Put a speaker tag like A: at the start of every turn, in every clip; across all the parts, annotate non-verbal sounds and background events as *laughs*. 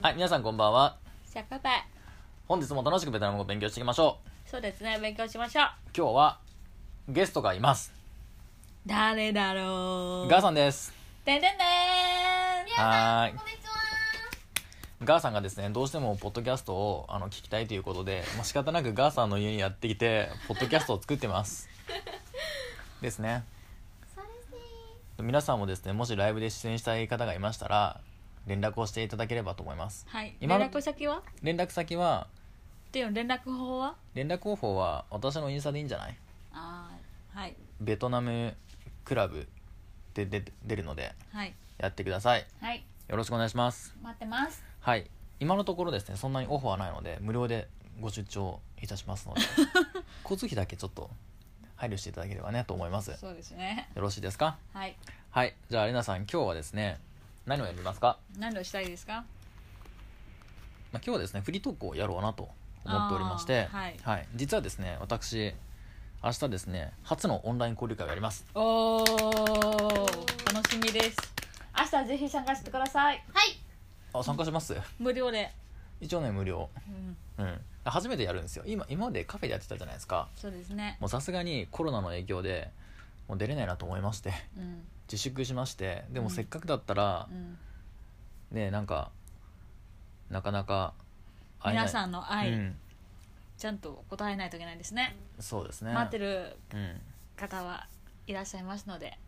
A: はい、皆さんこんばんは。
B: シャカペ
A: 本日も楽しくベトナム語を勉強していきましょう。
B: そうですね勉強しましょう
A: 今日はゲストがいます。
B: 誰だろう
A: ガーさんです。
B: てんてんてん
A: はーい
C: こんにちは。
A: ガーさんがですね、どうしてもポッドキャストをあの聞きたいということで、もう仕方なくガーさんの家にやってきて、ポッドキャストを作ってます。ですね。
C: それで
A: 皆さんもですね、もしライブで出演したい方がいましたら、連絡をしていただければと思います。
B: はい連
A: 今の
B: 絡先はっ
A: 連絡先は、
B: ていうの連絡方法は
A: 連絡方法は私のインスタでいいんじゃない
B: あーはい
A: ベトナムクラブで出て出るので、
B: はい
A: やってください。
B: はい
A: よろしくお願いします
B: 待ってます
A: はい今のところですねそんなにオファーはないので無料でご出張いたしますの *laughs* で交通費だけちょっと配慮していただければねと思いますよ
B: そうですね
A: ろしいですか
B: はい
A: はいじゃあレナさん今日はですね何をやりますか、
B: 何をしたいですか
A: まあ、今日はですねフリートークをやろうなと思っておりまして、
B: あーはい
A: 実はですね私明日ですね初のオンライン交流会をやります
B: おー楽しみです明日ぜひ参加してください
C: はい。
A: あ参加します
B: 無料で
A: 一応ね無料
B: うん
A: うん初めてやるんですよ今今までカフェでやってたじゃないですか
B: そうですね
A: もうさすがにコロナの影響でもう出れないなと思いまして *laughs*
B: うん
A: 自粛しましてでも
B: うん
A: せっかくだったら
B: う、ん
A: ねなんかなかなか会えない
B: 皆さんの
A: う
B: 愛
A: ん、
B: ちゃんと答えないといけないですね
A: そうですね
B: 待ってる
A: うん、
B: 方はいらっしゃいますので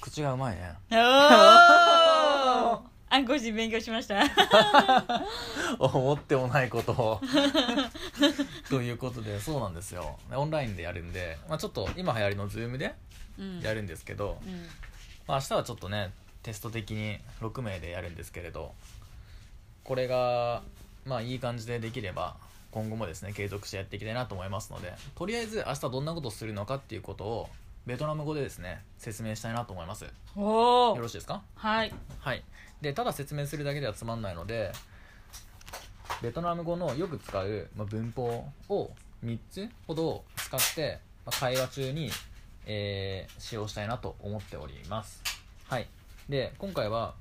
A: 口がうまいね *laughs*
B: おー暗号人勉強しました
A: 思ってもないこと
B: *laughs*
A: をということでそうなんですよオンラインでやるんで、まあ、ちょっと今流行りの Zoom で
B: うん
A: やるんですけど、
B: うん
A: まあ、明日はちょっとねテスト的に6名でやるんですけれどこれがまあいい感じでできれば今後もですね継続してやっていきたいなと思いますのでとりあえず明日どんなことをするのかっていうことをベトナム語でですね説明したいなと思いますよ
B: お
A: ろ
B: ー
A: しいですか
B: はい
A: はいでただ説明するだけではつまんないのでベトナム語のよく使う、まあ、文法を3つほど使って、まあ、会話中に、えー使用したいなと思っておりますはいで今回は、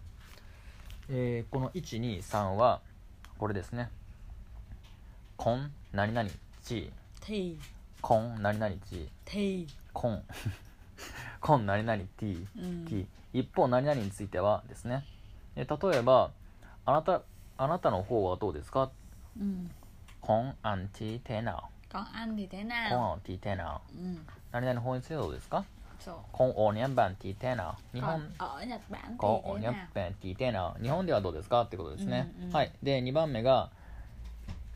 A: えーこの123はこれですね「こん何々ち
B: てい
A: こん何々ち
B: てい
A: こん *laughs* こん何々て
B: う
A: き
B: ん
A: 一方何々についてはですねえ例えばあなたあなたの方はどうですか
B: うん
A: コンアンティテナ
B: ご案里で
A: コン
B: な
A: アンティテナ
B: うん
A: 何々の方についてはどうですか
B: そう
A: コンオニャンバンティテナ日本
B: あ日本
A: コンオニャン
B: な
A: バンティテナ日本ではどうですかってことですね、
B: うんうん
A: はいで2番目が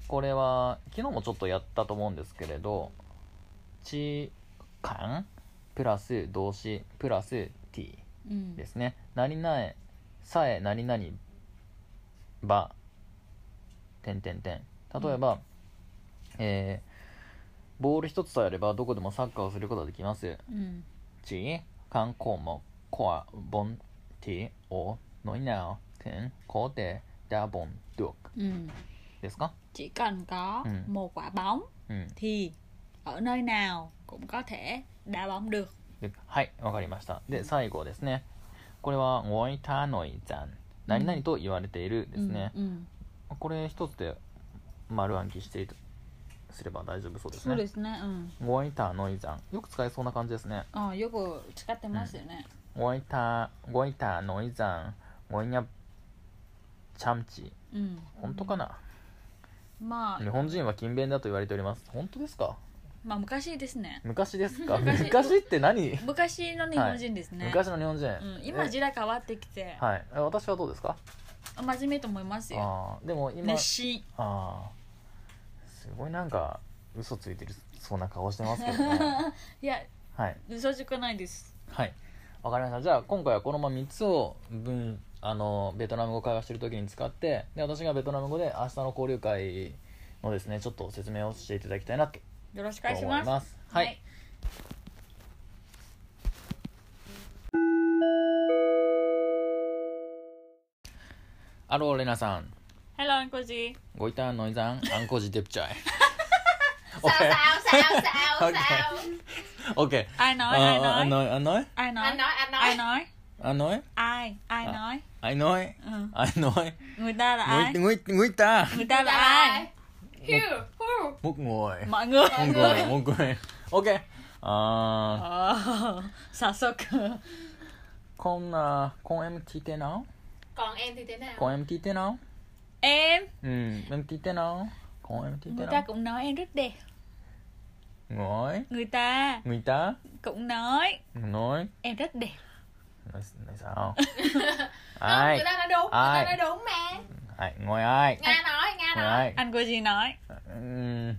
A: これは昨日もちょっとやったと思うんですけれどチカンプラス動詞プラス t
B: うん
A: ですね何々さえ何々ば点点点例えば、えーボール一つさえあればどこでもサッカーをすることができます
B: うん
A: ち観光もコアボンティオノイナオテンコデダボンドク
B: うん
A: ですか
B: chỉ cần có
A: Ừ.
B: một quả bóng
A: うん
B: thì ở nơi nào cũng có thể đá bóng được
A: ではいわかりましたで最後ですねこれは「おいたのいざん」何々と言われているですね、
B: うんうん
A: これ一つで丸暗記していたすれば大丈夫そうです
B: そう
A: ね
B: ですねうん
A: ウォイターノイザンよく使えそうな感じですね
B: あよく使って
A: Ừ.
B: ますよね
A: ウォイターウォイターノイザンウォイニャチャムチ
B: うん
A: 本当かな、
B: まあ
A: 日本人は勤勉だと言われております本当ですか
B: まあ昔ですね
A: 昔ですか昔
B: 昔
A: って何
B: 昔の日本人ですね、
A: 昔の日本人、
B: うん、今時代変わってきて
A: えはいえ私はどうですか
B: 真面目と思いますよ
A: あーでも今
B: 熱心
A: あーすごいなんか嘘ついてるそうな顔してますけど
B: *laughs*
A: ね
B: いや
A: はい
B: 嘘じくないです
A: はいわかりましたじゃあ今回はこのまま3つを分あのベトナム語会話してる時に使ってで私がベトナム語で明日の交流会のですねちょっと説明をしていただきたいなと
B: よろしくお願い
A: 思
B: し
A: い
B: ます
A: ますはい、アローレナさん
B: Hello アンコジ
A: ごいたんのいざんアンコジデプチャイ
C: Sao sao sao
A: *laughs*
C: sao
A: Ok.
C: sao.
A: OK
B: I know I
A: Ờ,
B: know
A: anh nói anh nói
B: I know
C: Anh nói anh nói.
B: I know
A: あのい
B: I I ない
A: I know it
B: うん
A: I know it
B: 無駄だ
A: もう
B: I
A: いもういもういった
B: 無駄だ I
C: Who? Who?
A: もうもういも
B: マグロ
A: うごいもうごい OK Ờ, あー
B: *laughs* あー早速
A: こんなこん ờ, em聞いてな
C: Còn em thì thế nào?
A: こん em 聞いてな
B: em
A: うん Ừ, em 聞いてなこん em 聞いて
B: người ta
A: な
B: cũng nói em rất đẹp
A: ごい
B: người ta
A: 向いた
B: cũng nói
A: ごい
B: em rất đẹp
A: nói nói
B: *laughs*
A: sao
C: *laughs* Không,
A: ai
C: người ta nói đúng,
A: Ai?
C: người ta nói đúng mà
A: ai ngồi ai
C: Nga nói, Nga
A: ngồi
C: nói
A: ai
B: anh cô gì nói
A: Ừm,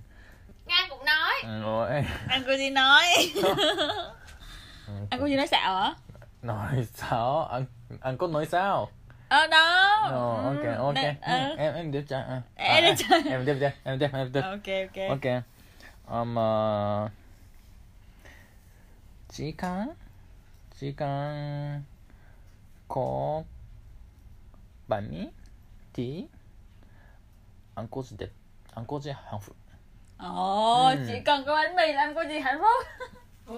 C: Nga cũng nói
A: Ừ, ngồi
B: anh cô gì nói *laughs* anh cô gì nói xạo hả
A: nói sao anh anh có nói sao
B: ờ đâu
A: no, ok ok
B: Đây,
A: Ừ,
B: ờ.
A: em em tiếp trai
B: Em tiếp trai.
A: em tiếp trai em tiếp em tiếp
B: ok ok
A: ok um uh, chỉ cần chỉ cần có bạn mi thì anh có gì đẹp anh có gì hạnh phúc
B: ồ
A: Ừ.
B: chỉ cần có bánh mì là anh cô gì hạnh phúc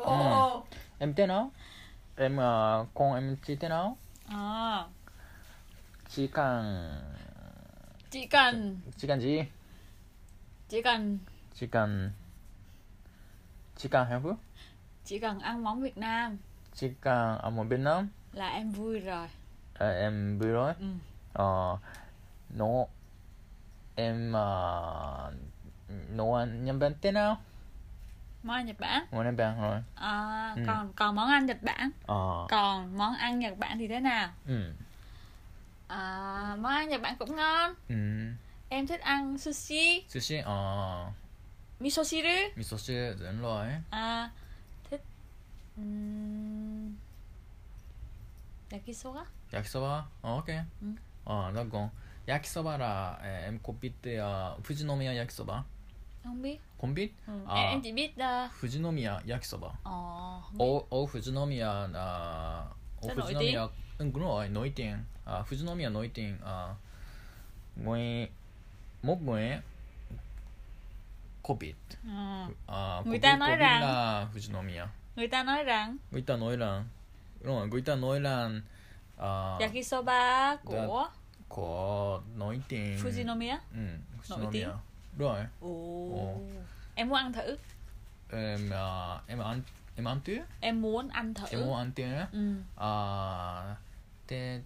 C: Ồ,
B: Ừ.
A: em tên nào em ờ, con em chỉ tên nào
B: ờ
A: chỉ cần
B: chỉ cần
A: chỉ cần gì
B: chỉ cần
A: chỉ cần chỉ cần hạnh phúc
B: chỉ cần ăn món Việt Nam
A: chỉ cần ở một bên nam
B: là em vui rồi
A: Ờ, em vui rồi
B: ừ.
A: ờ nó em ờ, nó ăn nhân bên tên nào
B: món ăn Nhật Bản
A: món em bạn rồi
B: à,
A: Ừ.
B: còn còn món ăn Nhật Bản
A: ờ
B: còn món ăn Nhật Bản thì thế nào
A: ừ
B: à, món ăn Nhật Bản cũng ngon
A: ừ
B: em thích ăn sushi
A: sushi ờ
B: miso shiru
A: miso soup dẫn rồi
B: à, thích um, yakisoba
A: yakisoba ờ, ok
B: Ừ.
A: ờ đó còn yakisoba là ờ, em có biết cái, ờ, Fujinomiya yakisoba
B: không biết
A: không biết
B: ừ.
A: À.
B: em, em chỉ biết uh,
A: Fujinomiya yakisoba
B: ồ không biết.
A: Ồ, ồ, Fujinomiya, à, ồ,
B: Rất nổi
A: Fujinomiya, ừ, đúng rồi, nổi tiếng, à, Fujinomiya nổi tiếng, à, người, một người, Covid,
B: Ờ.
A: à,
B: Người
A: Covid-
B: ta nói
A: Covid
B: rằng-
A: là Fujinomiya,
B: người ta nói rằng
A: người ta nói là, đúng rồi, người ta nói là, à,
B: yakisoba của
A: có nổi tiếng,
B: Fujinomiya
A: ừ,
B: Nổi tiếng.
A: Fujinomiya, đúng rồi,
B: ồ
A: Ồ.
B: em muốn ăn thử
A: em, à, em ăn, em ăn tuyết,
B: em muốn ăn thử
A: em muốn ăn tuyết,
B: ừ.
A: 아, 때,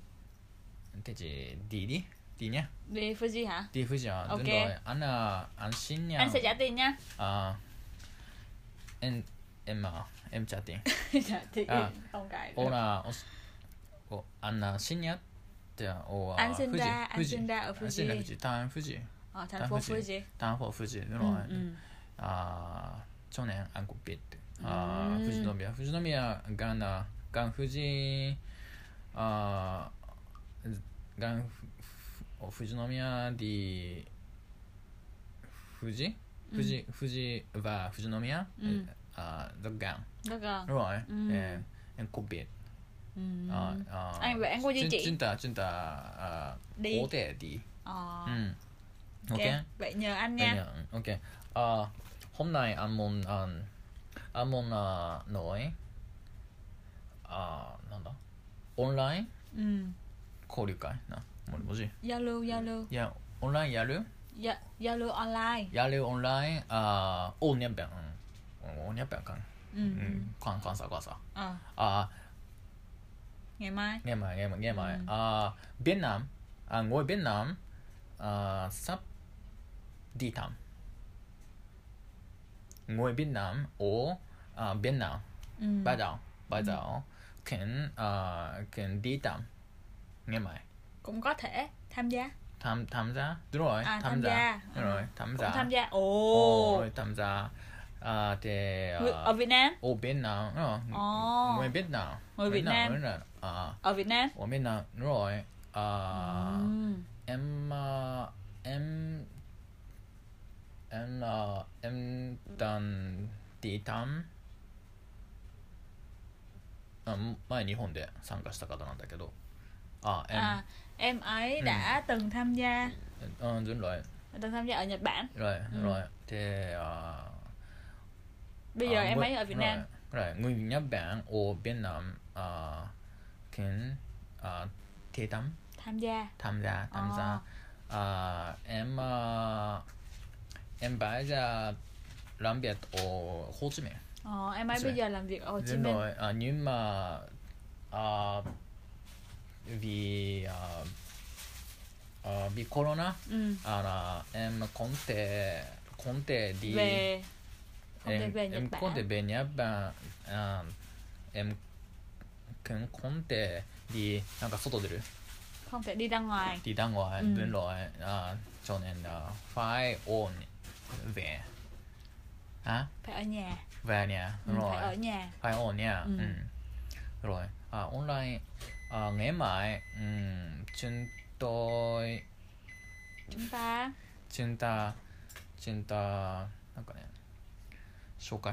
A: 때지, 디디? 디냐?
B: đi Fuji hả
A: 디프지야.
B: 오케이.
A: 근데 안나 안 신냐?
B: anh sẽ trả tiền nha *laughs*
A: 아, 엔, 엠마, 엠짜띵.
B: trả tiền
A: À.
B: không cãi Ờ, được.
A: 오라, 오스, 오, 안나 신냐? 자, 오,
B: 안 쓴다, 안
A: 후지.
B: 쓴다, 어,
A: 안 쓴다,
B: 후지.
A: 후지. 다음 후지.
B: ờ, thành
A: 다음
B: phố
A: 후지.
B: Fuji
A: 다음 호 후지.
B: ừ,
A: 이런.
B: ừ.
A: 아, 전에 안국빛. 아,
B: 음.
A: 후지노미야. 후지노미야 가나 간 후지 아, 呃 간 후- 어, 후지노미야 디 후지? 후지 후지와 후지노미야?
B: 음.
A: 아, 더강.
B: rất gần
A: rồi.
B: 음.
A: 예. 안국빛.
B: ừ.
A: 아, 아.
B: Anh vậy anh có di
A: 진-
B: chuyển?
A: 진짜 진짜 아,
B: Đi.
A: 오대 디.
B: ờ.
A: 음.
B: Ok,
A: 오케이.
B: vậy nhờ anh
A: Đây
B: nha.
A: nhá, ừ, ok. Ờ, hôm nay anh muốn ăn anh muốn ờ, nói uh, nào đó online
B: Ừ.
A: giao lưu会なもうもし
B: Giao lưu, giao lưu,
A: いやオンラインやる
B: giao, giao lưu online.
A: やるオンラインあーおにゃべんうんおにゃべんかん
B: Ừ.
A: う
B: ừ.
A: んかんかんさかんさ
B: Ờ,
A: あ
B: ngày mai.
A: ーげまいげまいげまい
B: うん
A: あーベトナムあごいベトナムあーサッディタムごいベトナムおあーベトナム
B: Ừ.
A: Ba đầu, ba đầu. Can ờ, can đi tạm. Nghe mày.
B: Cũng có thể tham gia.
A: Tham tham gia. Đúng rồi,
B: À,
A: tham
B: tham
A: gia.
B: gia.
A: Đúng rồi, tham
B: Cũng
A: gia.
B: tham gia.
A: Ồ,
B: Ồ.
A: rồi tham gia. À thì
B: Người, ở Việt Nam,
A: ở bên nào? Đúng rồi.
B: Ồ.
A: Người Việt Nam.
B: Người Việt Nam.
A: Đúng rồi. À,
B: ở Việt Nam.
A: ở bên nào? Đúng rồi. À,
B: Ừ.
A: em ờ, em em ờ, em đang đi tắm Ờ, あ前日本で参加した方なんだけどあ
B: À, em ấy
A: Ừ.
B: đã từng tham gia,
A: えんうんずんろい
B: từng tham gia ở Nhật Bản.
A: ろい
B: Ừ.
A: ろいであ
B: Bây giờ
A: à,
B: em
A: ngồi-
B: ấy ở Việt
A: ờ, rồi,
B: Nam.
A: rồi người Nhật Bản ở Việt Nam à can uh, Tatum
B: tham gia
A: tham gia tham gia à, em uh, em bây giờ làm việc ở Hồ Chí Minh
B: ờ, em ấy
A: Rồi.
B: bây giờ làm việc ở Hồ Chí
A: Đúng
B: Minh
A: rồi à, nhưng mà à, vì à, à, vì corona
B: ừ.
A: à, là em không thể không thể đi
B: về không thể
A: em
B: về Nhật
A: em
B: Bản
A: không thể về Nhật Bản à, em cũng không thể đi なんか外出る
B: không thể đi ra ngoài
A: ที่ตั้งไว้
B: อืม
A: เป็นรอยอ่าจนเอ็นอ่าไฟโอนเวอะ
B: phải ở nhà
A: เวเนี่ย
B: ừ,
A: รอ
B: phải
A: ย
B: ở nhà
A: ไฟโอนเนี่ย
B: อืม
A: อืมรอยอ่าออนไลน์อ่าเงี้ยหมายอืมจุนโตย
B: chúng ta
A: จุนตาจุนตาなんかね紹介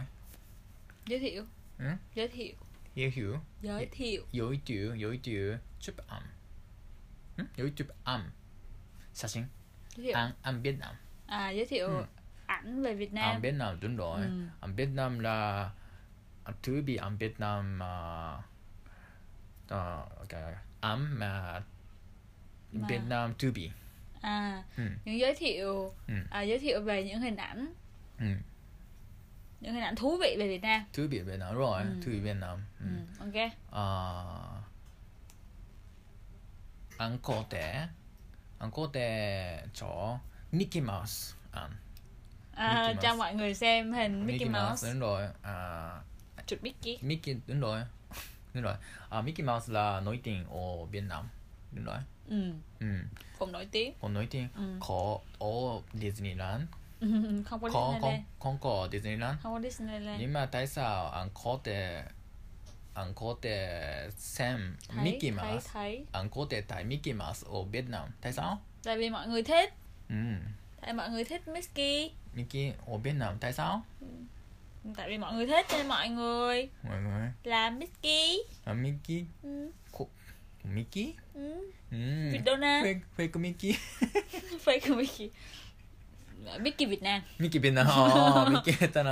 B: giới thiệu
A: うん
B: giới thiệu
A: ゆうひゅう
B: giới thiệu
A: よいとゅうよいとゅうチュップアンんよいとゅアン写真
B: giới thiệu
A: アンアンベトナム
B: à giới thiệu
A: Ừ.
B: ảnh về Việt
A: Ở
B: Nam
A: Việt Nam đúng rồi.
B: Ừ.
A: Ở Việt Nam là to be ở Việt Nam mà à, okay, okay. I'm mà
B: Mà-
A: Việt Nam to be.
B: à
A: Ừ.
B: những giới thiệu
A: Ừ.
B: à, giới thiệu về những hình ảnh
A: Ừ.
B: những hình ảnh thú vị về Việt Nam
A: To be Việt Nam rồi,
B: Ừ.
A: to be Việt Nam. Ừ.
B: ừ. ok
A: À, ăn có thể ăn có thể cho Mickey Mouse ăn. Mickey
B: à,
A: Mouse.
B: cho mọi người xem hình Mickey, Mouse
A: đúng rồi. À,
B: chụp Mickey
A: Mickey đúng rồi. *laughs* Đúng rồi. À, Mickey Mouse là nổi tiếng ở Việt Nam. Đúng rồi.
B: ừ.
A: Ừ.
B: cũng nổi tiếng *laughs*
A: Còn nói tiếng
B: Ừ.
A: có ở Disneyland
B: không
A: có
B: có Disneyland
A: không không có Disneyland
B: không có Disneyland
A: nhưng mà tại sao anh có thể anh có thể xem
B: thấy,
A: Mickey
B: thấy
A: Mouse
B: thấy
A: anh có thể thấy Mickey Mouse ở Việt Nam tại sao
B: tại vì mọi người thích
A: ừ.
B: tại mọi người thích Mickey
A: Mickey ở Việt Nam tại sao
B: tại vì mọi người thích nên mọi người
A: mọi người
B: làm Mickey
A: à, Mickey
B: ừ.
A: cô Mickey
B: Ừ.
A: ừ.
B: Việt Nam *laughs*
A: fake fake Mickey
B: fake Mickey Mickey Việt Nam
A: Mickey Việt Nam oh, Mickey Việt Nam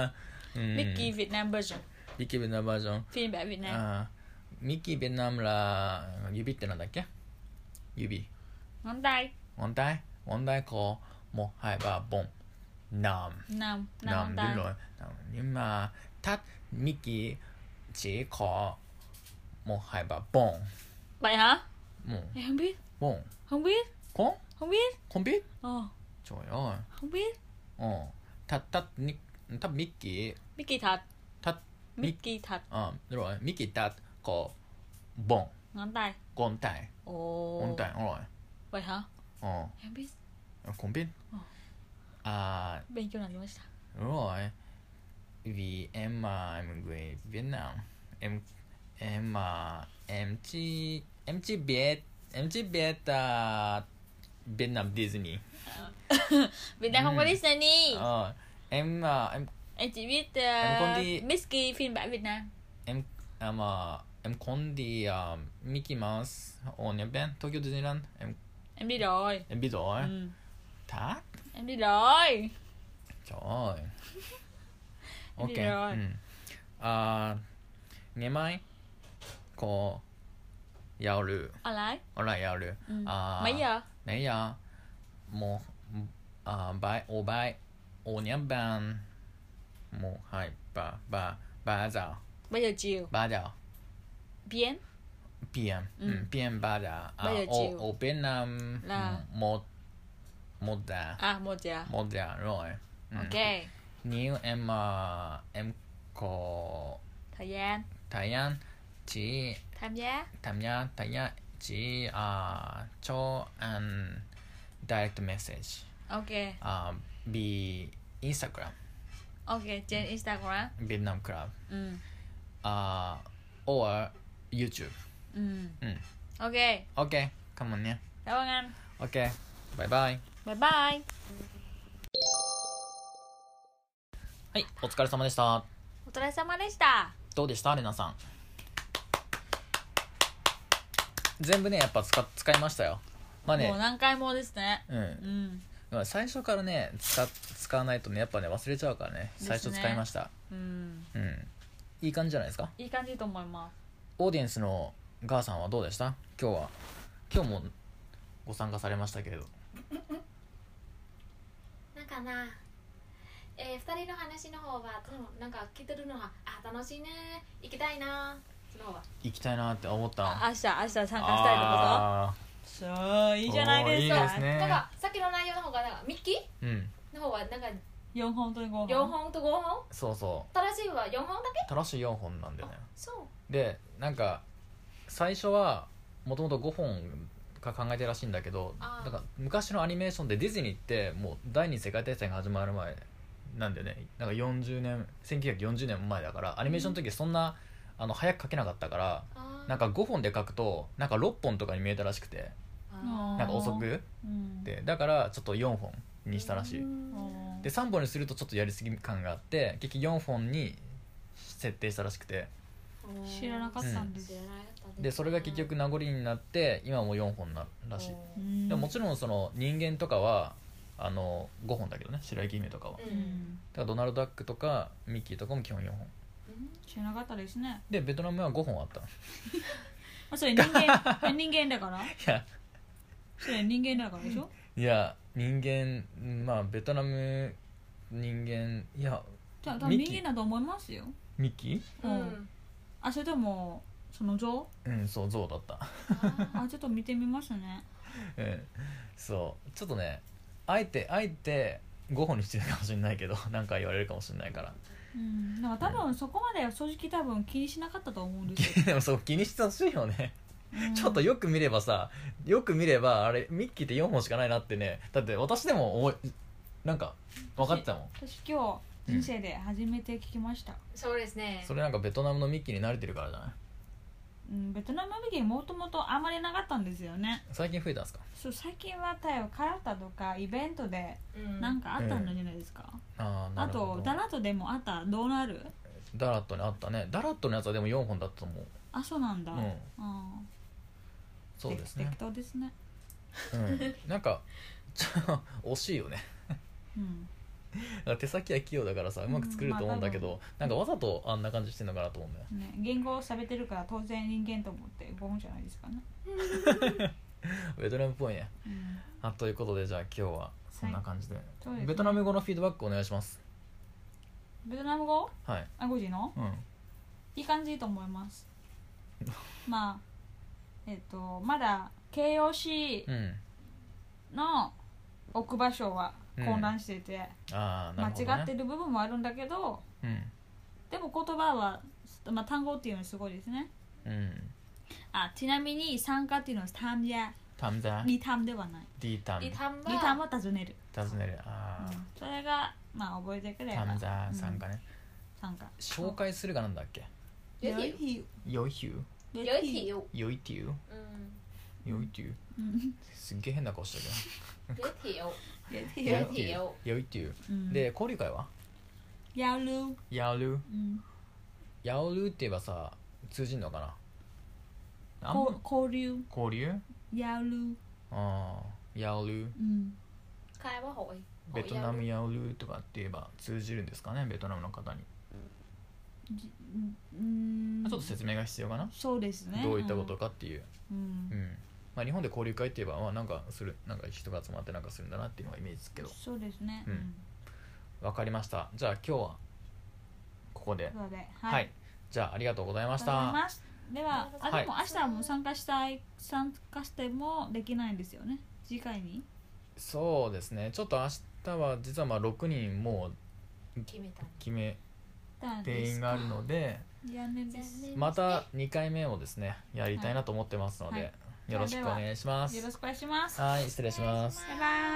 A: ừ. À.
B: Mickey Việt Nam version
A: Mickey Việt Nam version
B: phiên bản Việt Nam
A: あーミッキーベトナムラ指ってなんだっけ指
B: ngón tay
A: 問題問題こうもはいばボンナム
B: năm
A: ナ
B: năm
A: ム
B: ngón
A: で
B: tay
A: ろ今たミッキーちこうもはいばボ
B: vậy hả
A: ンもう
B: em không biết
A: ボン
B: không biết
A: コン
B: không biết
A: コンビ
B: ờ,
A: ちょよ
B: không biết
A: うんたたにたミッキー
B: Mickey thật
A: た Mi-
B: Mickey thật
A: あでろミッキーたこうボン
B: ngón tay
A: ゴンタイ
B: ồ
A: ゴンタイお
B: vậy hả
A: いうん
B: em biết
A: コンビ
B: うん
A: あ
B: bên chỗ nào luôn sao *laughs*
A: đúng rồi vì em mà em là người Việt Nam em em mà em chỉ em chỉ biết em chỉ biết à, Việt Nam Disney
B: Việt Nam không có
A: Ừ.
B: Disney
A: Ờ, em mà em
B: em chỉ biết uh,
A: không đi-
B: Mickey phiên bản Việt Nam
A: em em mà em còn đi à, Mickey Mouse ở Nhật Bản Tokyo Disneyland em
B: em đi rồi
A: em biết rồi
B: ừ.
A: thật
B: em đi rồi
A: trời
B: *laughs*
A: ơi
B: Em
A: ok
B: đi rồi.
A: ừ. à, ngày mai có giao lưu
B: online
A: ほらやる。
B: ừ.
A: あー
B: mấy giờ à,
A: ねえや。もう、あーばい、おばい、おにゃばん。もう、はい、ば、ば、ばじゃ、
B: bây giờ Ừ, chiều
A: ばじゃ、
B: bien
A: ぴえん、
B: うん
A: うん、ぴえんばじゃ。あ
B: ばじゃちゅう
A: お、おべなむ
B: ら
A: も、もだ、
B: à um, ừ, một giờ Ừ.
A: もだ、ろい。
B: ok
A: うん。にゅえんま、えんこ、
B: ờ, thời gian
A: たやん、ち、
B: tham gia
A: たや、たや、ち、
B: ờ,
A: あー、ちょ、あん、ダイレクトメッセージ。
B: ok
A: uh, be Instagram
B: ok trên Instagram
A: Vietnam Club
B: ừ.
A: uh, or YouTube.
B: ừ
A: Ừ.
B: ok
A: Okay, come on nha.
B: cảm ơn anh
A: Okay, bye bye.
B: bye bye
A: はい、お疲れ様でした。
B: お疲れ様でした
A: どうでしたレナさん。全部ね、やっぱ使使いましたよ。まあ
B: もう
A: ね、
B: 何回もですね
A: う、
B: うんん
A: まあ最初からね使使わないとねやっぱね忘れちゃうからね
B: すね
A: 最初使いました、
B: うん
A: うんいい感じじゃないですか
B: いい感じと思います
A: オーディエンスのガーさんはどうでした今日は今日もご参加されましたけれど
C: なんかな、えー、二人の話の方は、うん、なんか聞いてるのは、あ、楽しいね、行きたいな、その方は。
A: 行きたいなって思った
B: あ明日明日参加したいってこ
A: あ
B: とそういいじゃないです
A: おーいい
B: か
A: ですね
C: なんか、さっきの内容の方が、なんか、ミッキー
A: ーうん
C: の方は、なんか、
B: 4本と5
C: 四
B: 本
C: 本と五本
A: そうそ
C: 正しいは四本だ
A: う正しい4本なんだよね
C: けそう。
A: でなんか最初はもともと5本か考えてるらしいんだけど
C: あー
A: なんか昔のアニメーションでディズニーってもう第二次世界大戦が始まる前なんでねなんか40年1940年も前だからアニメーションの時そんな、あの早く描けなかったから
C: あー
A: なんか5本で描くとなんか6本とかに見えたらしくて
C: あー
A: なんか遅く
B: うん
A: でだからちょっと4本にしたらしい
B: うん
A: で3本にするとちょっとやりすぎ感があって結局4本に設定したらしくて
C: うん
B: 知らなかったんです
C: 知らなかったね
A: でそれが結局名残になって今も4本ならしい
B: うん
A: でももちろんその人間とかはあの5本だけどね白雪姫とかはだ
C: う
B: うんん
A: からドナルド・ダックとかミッキーとかも基本4本
B: 知らなかったですね
A: でベトナムは5本あった
B: *laughs*
A: い
B: あそれ人
A: *laughs*
B: 間え人間だから
A: や
B: それ人間だからでしょ
A: いや人間まあベトナム人間いや
B: じゃあ多分
A: ミキ
B: 人間だと思いますよ
A: ミッキ
C: う
B: うんん
C: うん
B: あそれともその像
A: ーうんそうゾウだった、
C: あ
B: あちょっと見てみますね
A: うん、そうちょっとねあえてあえて5本にしてるかもしれないけど *laughs* なんか言われるかもしれないから *laughs*
B: うんだから多分そこまでは正直多分気にしなかったと思うんですよ
A: でもそう気にしてほしいよね
B: う
A: *laughs*
B: ん
A: ちょっとよく見ればさよく見ればあれミッキーって4本しかないなってねだって私でも思いなんか分かってたもん
B: 私今日人生で初めて聞きました、
C: ーそうですね
A: それなんかベトナムのミッキーに慣れてるからじゃない
B: うん、ベトナム劇もともとあまりなかったんですよね
A: 最近増えたんですか
B: そう最近はタイはカラタとかイベントで
C: うん
B: なんかあったんじゃないですか、
A: ああな
B: あ
A: るほ
B: と
A: ど
B: ダラットでもあったどうなる
A: ダラットにあったねダラットのやつはでも4本だったと思う
B: あそうなんだ、
A: うん
B: あー
A: そうです
B: 適
A: ね
B: 適、当ですね
A: うん、なんかちょ惜しいよね
B: うん
A: 手先は器用だからさうまく作れると思うんだけど、なんかわざとあんな感じしてんのかなと思うんだよ
B: ね言語を喋ってるから当然人間と思ってゴムじゃないですかね、
A: ベトナムっぽいね
B: うん、
A: あということでじゃあ今日はそんな感じで,、
B: そうですね
A: ベトナム語のフィードバックお願いします
B: ベトナム語
A: はい
B: あ5時の
A: うん
B: いい感じと思いますまあえっ、とまだ形容詞
A: うん
B: の置く場所は混乱してて、
A: ああなるほど、ね、
B: 間違ってる部分もあるんだけど
A: うん
B: でも言葉は、まあ、単語っていうのはすごいですね
A: うん
B: あちなみに参加っていうのは単や
A: タムザ
B: リタムではない
A: リタム
C: リタンは
B: リタムを尋ねる、
A: 尋ねるあ
B: うんそれがまあ覚えてくれ
A: あ
B: ば
A: タムザさんかね
B: 参加
A: 紹介するがなんだっけ
C: 有
B: 良い
C: 体
B: 日
A: ヨイヒュ
B: 良
C: 有体有
A: ヨイティウ
C: 嗯
A: ヨイティウ
B: うん
A: すっげえ変な顔してる
C: 有体有
B: 良い
A: け
B: 日
A: どヨ
C: ヨイティウ
A: イティ
B: う
A: ウ
B: ん
A: で交流会は
B: やるうん
A: ヤオルヤオルって言えばさ通じんのかなあん
B: こ交流
A: 交流
B: やる
A: ああヤオル
B: うん
C: 開不会
A: ベトナムヤオルとかって言えば通じるんですかねベトナムの方に
B: じうん
A: ちょっと説明が必要かな
B: そうですね
A: どういったことかっていう
B: うん、
A: うんまあ、日本で交流会って言えば、まあ、なんかするなんか人が集まってなんかするんだなっていうのがイメージですけど
B: そうですね
A: うんわかりましたじゃあ今日はここで
B: ということで
A: はい、じゃあありがとうございま
B: ありがとうご
A: し
B: ざい
A: た
B: ますでは、あ
A: はい
B: でも明日はもう参加したい参加してもできないんですよね次回に
A: そうですねちょっと明日は実はまあ6人もう
C: 決めた
A: 決め
B: たんで
A: 定
B: す
A: 員があるので
B: いやねですよ
A: また2回目をですねやりたいなと思ってますので、
B: はい
A: よろしくお願いします
B: ろしくお願いします
A: はい失礼します
B: バイバイ